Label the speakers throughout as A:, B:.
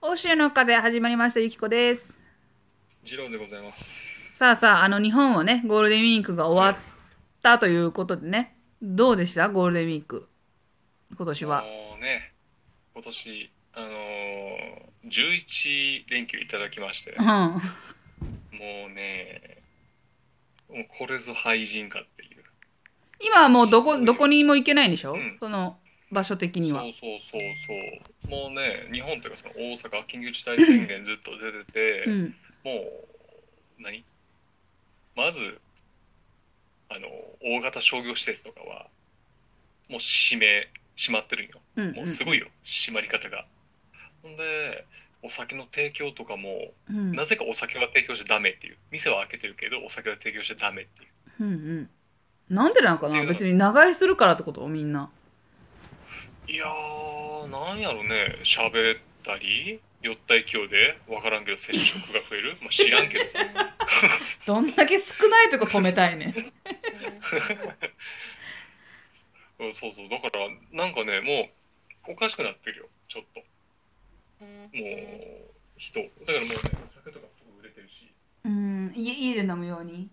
A: 欧州の風始まりましたゆきこです
B: ジロンでございます。
A: さあさああの日本はねゴールデンウィークが終わったということでねどうでしたゴールデンウィーク今年
B: あ
A: は
B: のね、今年、あのー、11連休いただきまして
A: う、ん
B: もうね、もうこれぞ廃人かっていう。
A: 今はもうどこどこにも行けないんでしょ、
B: うん
A: その場所的には
B: そうそうそうそう。もうね、日本というかその大阪緊急事態宣言ずっと出てて、
A: うん
B: もう、何まず、あの、大型商業施設とかは、もう閉め、閉まってるんよ。
A: うん
B: もうすごいよ、締まり方が。ほんで、お酒の提供とかも、
A: うんうん
B: なぜかお酒は提供しちゃダメっていう。店は開けてるけど、お酒は提供しちゃダメっていう。
A: うんうんなんでなんか
B: って
A: な
B: いうの
A: 別に長居するからってことみんない
B: やー、なんやろね、喋ったり、酔った勢いで、わからんけど接触が増える。まあ、知らんけ どさ。
A: どんだけ少ないとこ止めたいねん
B: うんそうそう、だから、なんかね、もう、おかしくなってるよ、ちょっと。もう、人。だからもうね、お酒とかすごい売れてるし。
A: うん家家で飲むように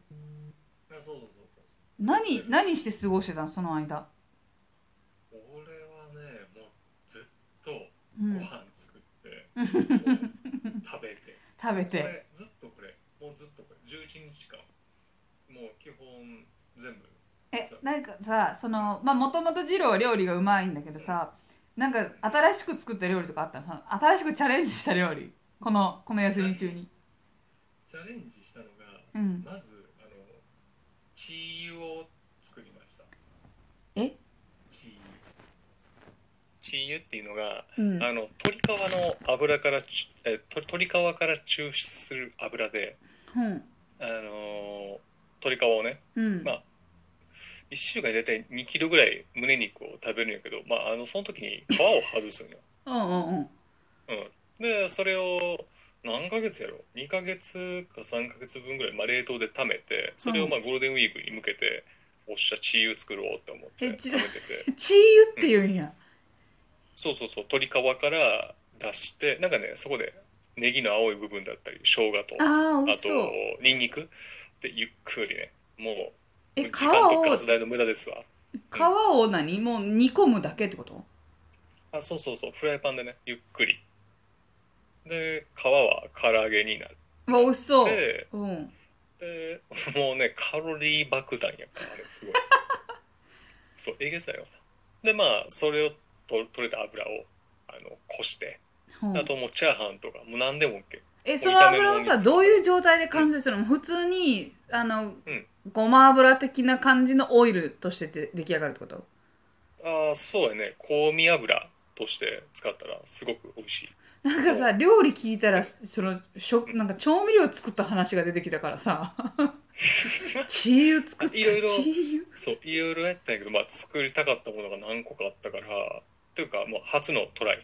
B: あそうそうそうそうそう。
A: 何何して過ごしてたのその間
B: 俺はねもうずっと
A: う
B: ご
A: ん
B: 飯作って、もう食べて
A: 食べ
B: こ
A: て
B: れずっとこれもうずっとこれ11日間もう基本全部
A: え
B: そう
A: なんかさそのまあもともと二郎は料理がうまいんだけどさなんか新しく作った料理とかあったのその新しくチャレンジした料理このこの休み中に
B: チャレンジしたのが
A: うん
B: まずあのチー油を作りました
A: え
B: チー油チー油っていうのが
A: うん
B: あの鶏皮の油からちえと鶏皮から抽出する油で
A: うん
B: あの鶏皮をね
A: うん
B: まあ1週間に大体2キロぐらい胸肉を食べるんやけど、まあ、あのその時に皮を外すんよ、
A: うんうんうん
B: うん、でそれを何ヶ月やろ2ヶ月か3ヶ月分ぐらい、まあ、冷凍で貯めてそれをまあゴールデンウィークに向けておっしゃチー油作ろうって思って
A: え
B: 食
A: ち
B: べてて
A: チー油って言うんや
B: そうそうそう鶏皮から出してなんかねそこでネギの青い部分だったり生姜とあ
A: ああ美味し
B: と
A: そう
B: ニンニクでゆっくりねもう
A: え
B: 時
A: 皮
B: 間と
A: を
B: ガス代の無駄ですわ
A: 皮を何もう煮込むだけってこと
B: あ、そうそうそう、フライパンでね、ゆっくり。で、皮は唐揚げになっ
A: うわ美味しそう
B: て、
A: うん
B: で、もうね、カロリー爆弾やから、あれ、 すごい。そう、えげさよ。で、まあ、それをと取れた油を、あの、こして、
A: うん
B: あともうチャーハンとか、もう何でも OK。
A: え
B: こ
A: そうの
B: 炒め
A: 油を
B: 物に使
A: さ
B: う
A: どういう状態で完成するの、普通にあの、
B: うん
A: ごま油的な感じのオイルとしてで出来上がるってこと
B: ああ、そうやね、香味油として使ったら、すごく美味しい。
A: なんかさ料理聞いたらそのしょなんか調味料作った話が出てきたから さチー油作った
B: いろいろ
A: チー
B: そう、いろいろやったんやけど、まあ、作りたかったものが何個かあったから、というか、もう初のトライ。
A: 油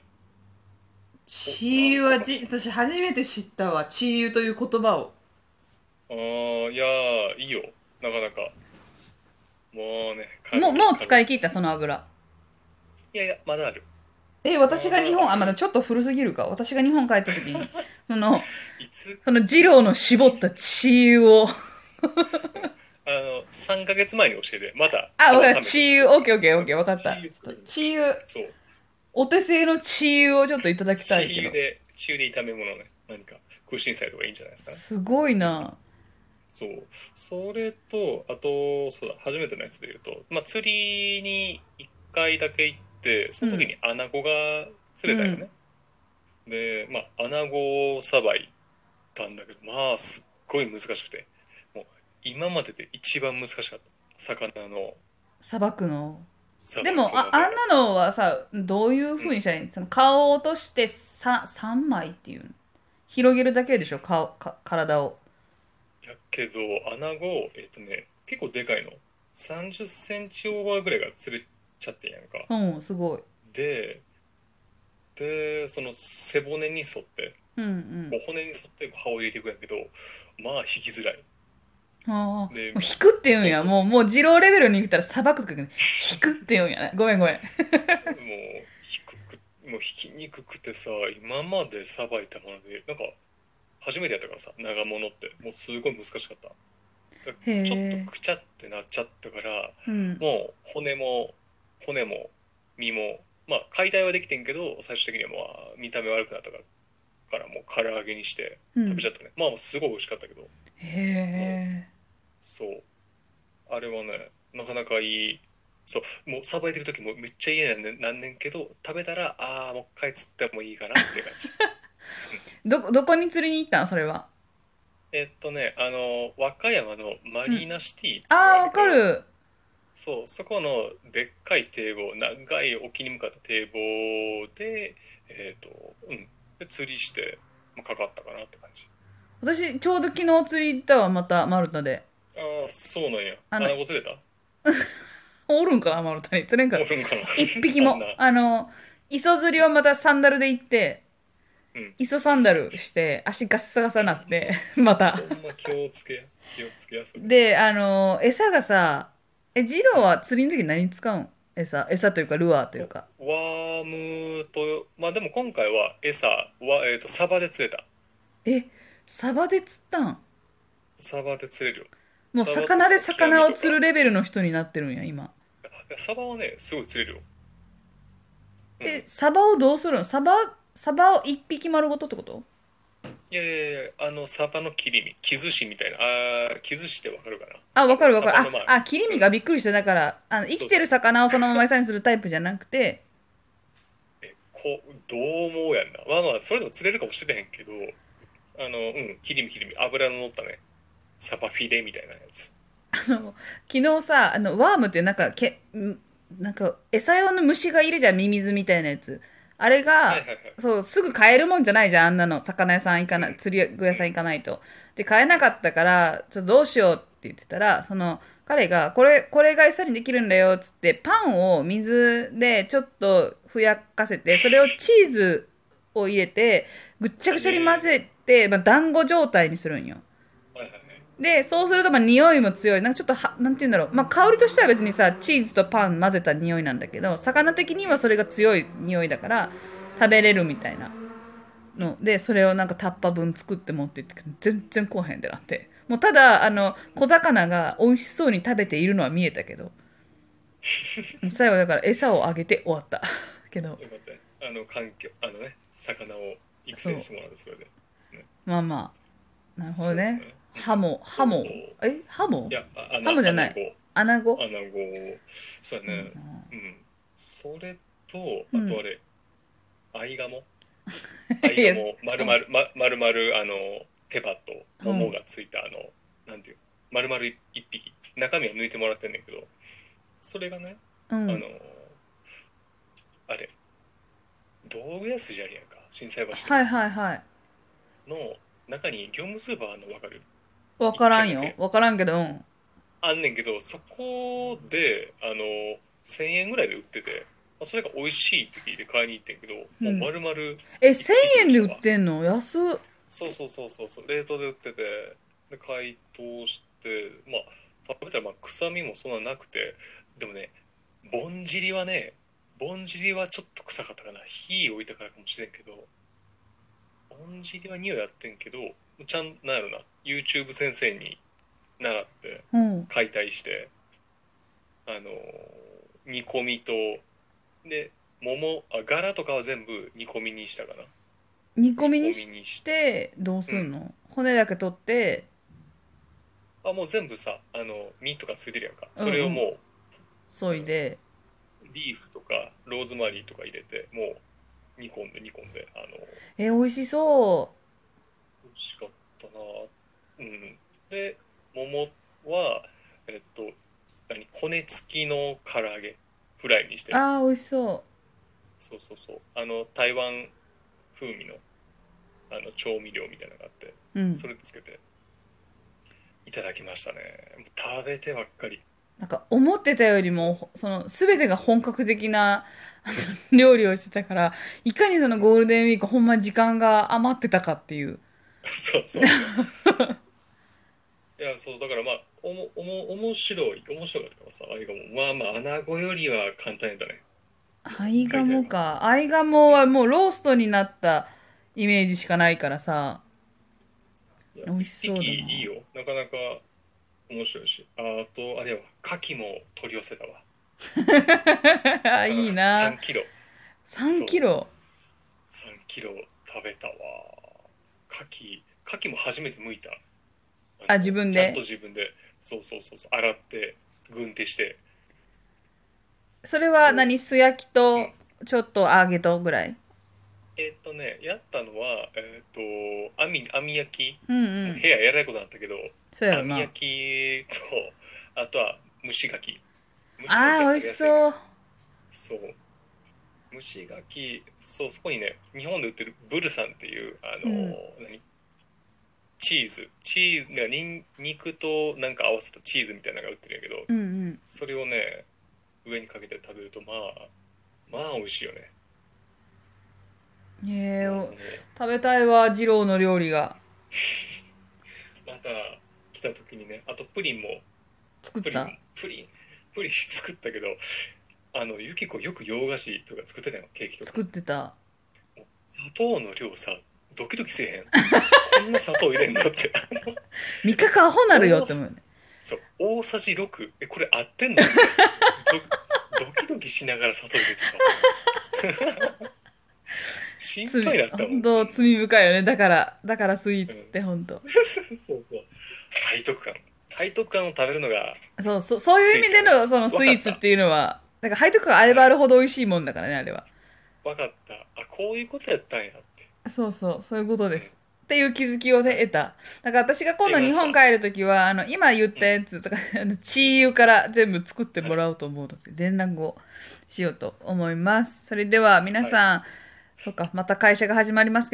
A: チー油はじ私初めて知ったわチー油という言葉を
B: あーいやーいいよなかなかもうね軽い
A: もうもう使
B: 軽い
A: い切ったその油
B: いやいやまだある
A: え私が日本あまだちょっと古すぎるか私が日本帰った時 にその
B: いつ
A: その二郎の絞ったチー油を
B: あの3ヶ月前に教えてまた
A: あ、わか
B: 改め
A: った。
B: て
A: チーユ、オッケーオッケーオッケー、わかった
B: チーユ作る。
A: チーユ、
B: そう
A: お手製のチーユをちょっといただき
B: チ
A: たい
B: ー
A: け
B: 油
A: ど。
B: でチー油で炒め物ね何か空心菜とかいいんじゃないですか
A: すごいな。
B: そうそれとあとそうだ初めてのやつで言うと、まあ、釣りに1回だけ行ってその時にアナゴが釣れたよね、でまあアナゴをさばいたんだけどまあすっごい難しくてもう今までで一番難しかった魚の
A: 砂漠の。
B: さば
A: で
B: き
A: も、あ、
B: 方
A: あんなのはさ、どういう風にしたらいいのその顔を落としてさ、三枚っていうの。広げるだけでしょ顔、か、体を。
B: やけどアナゴえっ、とね結構でかいの3 0センチオーバーぐらいが釣れちゃってんやんか
A: うん、すごい。
B: ででその背骨に沿って
A: うん
B: こう骨に沿ってこう刃を入れていくんやけどまあ引きづらい
A: うん。ああ。もう
B: で
A: 引くって言うん
B: そ
A: や。
B: うそう
A: もう、もう、二郎レベルに行ったら砂漠とか言うけど、引くって言うんやね。ごめんごめん。
B: もう低くもうもうひき肉くてさ今までさばいたものでなんか初めてやったからさ長物ってもうすごい難しかっただか
A: へ
B: ら
A: ー
B: ちょっとくちゃってなっちゃったから
A: うん。
B: もう骨も骨も身もまあ解体はできてんけど最終的にはまあ見た目悪くなったからからもう唐揚げにして
A: うん
B: 食べちゃったね、まあすごい美味しかったけど
A: へ
B: そうあれはねなかなかいいそうもうさばいてる時もめっちゃ嫌なんねなんねんけど食べたらああもう一回釣ってもいいかなって感 じ
A: え。ど、どこに釣りに行ったのそれは。
B: えっとねあの和歌山のマリーナシティっていうの
A: ああ、
B: が
A: わかる。
B: そう、そこのでっかい堤防、長い沖に向かった堤防で、えっと、うん、で釣りして、まあ、かかったかなって感じ。
A: 私、ちょうど昨日釣り行ったわ、また、マルタで。
B: ああ、そうなんや。
A: あ
B: ア
A: の
B: ナゴ釣れた
A: おるんかな、マルタに。釣れんかった
B: おるんかな
A: 一匹も
B: あんな。
A: あの、磯釣りはまたサンダルで行って、
B: うん
A: 磯サンダルして、足ガッサガサなって、 また
B: ほ。んま気をつけや。気をつけや、それ。
A: で、あの、餌がさ、え、ジローは釣りの時何使うん餌、餌というか、ルアーというか。
B: ワームと、まあでも今回は餌は、えっと、サバで釣れた。
A: え、サバで釣ったん
B: サバで釣れるよ。
A: もう
B: サバと
A: 魚で魚を釣るレベルの人になってるんや、今。
B: いやサバはね、すごい釣れるよ。うん
A: え、サバをどうするのサバ、サバを一匹丸ごとってこと
B: いやいやいや、あの、サバの切り身、木寿司みたいな、あー木寿司ってわかるかな
A: あ、わかるわか
B: サバの
A: る
B: 前。
A: あ、あ、切り身がびっくりして、だから、あの、生きてる魚をそのまま餌にするタイプじゃなくて、
B: えこうどう思うやんなまあまあそれでも釣れるかもしれへんけどあのうん切り身切り身脂の乗ったねサバフィレみたいなやつ
A: あの昨日さ、あの、ワームっていうなんか、け、んなんか、餌用の虫がいるじゃん、ミミズみたいなやつ。あれが
B: はいはいはい、
A: そう、すぐ買えるもんじゃないじゃん、あんなの。魚屋さん行かな、釣り具屋さん行かないと。で、買えなかったから、ちょっとどうしようって言ってたら、その、彼が、これ、これが餌にできるんだよ、つって、パンを水でちょっとふやかせて、それをチーズを入れて、ぐっちゃぐちゃに混ぜて、まあ、団子状態にするんよ。
B: はいはいはい
A: で、そうすると、まあ、匂いも強い。なんかちょっとは、なんて言うんだろう。まあ、香りとしては別にさ、チーズとパン混ぜた匂いなんだけど、魚的にはそれが強い匂いだから、食べれるみたいなの。で、それをなんかタッパ分作って持って行って、全然来へんでなって。もうただ、あの、小魚が美味しそうに食べているのは見えたけど。最後だから餌をあげて終わった。 けど、
B: よかったねあの環境あのね魚を育成してもらってそれで
A: まあまあ。なるほどね
B: そうね。
A: ハモ、ハモ
B: そうそう。
A: えハモ
B: いやああ
A: ハムじゃないアナゴ
B: アナゴそうやねうん、それとあ
A: うん
B: とあれ、ア イガモア
A: いや
B: イガモ丸々ま丸々あの手羽と桃がついたあの、なんていう丸々一匹中身は抜いてもらってんねんけどそれがね
A: う
B: あ
A: ん
B: の。あれ道具屋筋あるやんか心斎橋
A: はいはいはい。
B: の中に業務スーパーのわかる
A: わからんよ
B: 一軒だ。け
A: わからんけど、うん。
B: あんねんけどそこであの1000円ぐらいで売っててそれが美味しいって聞いて買いに行ってんけど、
A: うん
B: もう丸々
A: え、1000円で売ってんの安っ。
B: そうそうそうそうそう冷凍で売っててで解凍してまあ食べたらまあ臭みもそんななくてでもねぼんじりはねぼんじりはちょっと臭かったかな火置いたからかもしれんけどぼんじりは匂いやってんけどちゃんなんやろな YouTube 先生に習って
A: うん。
B: 解体してあのー煮込みとで桃あ柄とかは全部煮込みにしたかな
A: 煮込みに
B: 煮込みに
A: し、
B: して
A: どうすんの、骨だけ取って、
B: あもう全部さあの身とかついてるやんかそれをも
A: そいで。
B: うリーフとかローズマリーとか入れてもう煮込んで煮込んであの
A: え、美味しそ
B: 美味しかったなうんで桃はえっと何骨付きの唐揚げフライにして
A: う。ああ、美味しそ
B: そうそうそうあの台湾風味のあの調味料みたいなのがあって
A: う。うん。
B: それつけていただきましたねもう食べてばっかり
A: なんか、思ってたよりも、その、すべてが本格的な、あの料理をしてたから、いかにそのゴールデンウィーク、ほんま時間が余ってたかっていう。
B: そう そう。いや、そう、だからまあ、おも、おも、面白い、面白かったからさ、あれがもう、まあまあ、穴子よりは簡単やったね。
A: アイガモか。アイガモはもうローストになったイメージしかないからさ。
B: いや
A: 美味しそうだな
B: 一匹いいよ。なかなか面白いし。ああと、あれは、牡蠣も取り寄せたわ。
A: あいいな
B: 3。キロ。
A: 3キロ。
B: 3キロ食べたわ。牡蠣、牡蠣も初めて剥いた。
A: あ自分で
B: ちゃんと自分で。そうそうそうそう。洗って、軍手して。
A: それは
B: そう
A: 何素焼き
B: う
A: と
B: ん、
A: ちょっと揚げとぐらい。
B: えーっとね、やったのは、えーっと、網、網焼き。
A: うんう
B: 部
A: ん。
B: 屋やらないことなんだけど、
A: そうやろな
B: 網。焼きと、あとは蒸し牡蠣。
A: ああ、美味しそう。
B: そう。蒸し柿、そう、そこにね、日本で売ってるブルさんっていう、あのー、何チーズ。チーズ、ね、にん肉となんか合わせたチーズみたいなのが売ってるんやけど、
A: うんうん。
B: それをね、上にかけて食べると、まあ、まあ美味しいよね。
A: へえお
B: もう
A: 食べたいわ、二郎の料理が。
B: また来た時にね、あとプリンも、
A: 作っ
B: プリ
A: た
B: ン。、プリン、プリン 作ったけど、あの、ゆきこよく洋菓子とか作ってたよ、ケーキとか。
A: 作ってた。
B: 砂糖の量さ、ドキドキせえへん。 こんな砂糖入れんのって。
A: 味覚アホなるよって思うよね。
B: そう、大さじ6。え、これ合ってんの ドドキドキしながら砂糖入れて た。心
A: 罪
B: 配だったも
A: 本
B: ん。
A: 当罪深いよね。だから、だからスイーツって本当。
B: そうそう。背徳感。背徳感を食べるのが、
A: そう、そう、そういう意味での、そのスイーツっていうのは、なんか背徳感あればあるほど美味しいもんだからね、あれは。
B: 分かった。あ、こういうことやったんやって。
A: そうそう、そういうことです。っていう気づきをね、得た。だから私が今度
B: 得ま
A: 日
B: した
A: 本帰るときは、あの、今言ったやつとか、あの、チーユから全部作ってもらおうと思うので、連絡をしようと思います。それでは皆さん、そっか、また会社が始まりますけど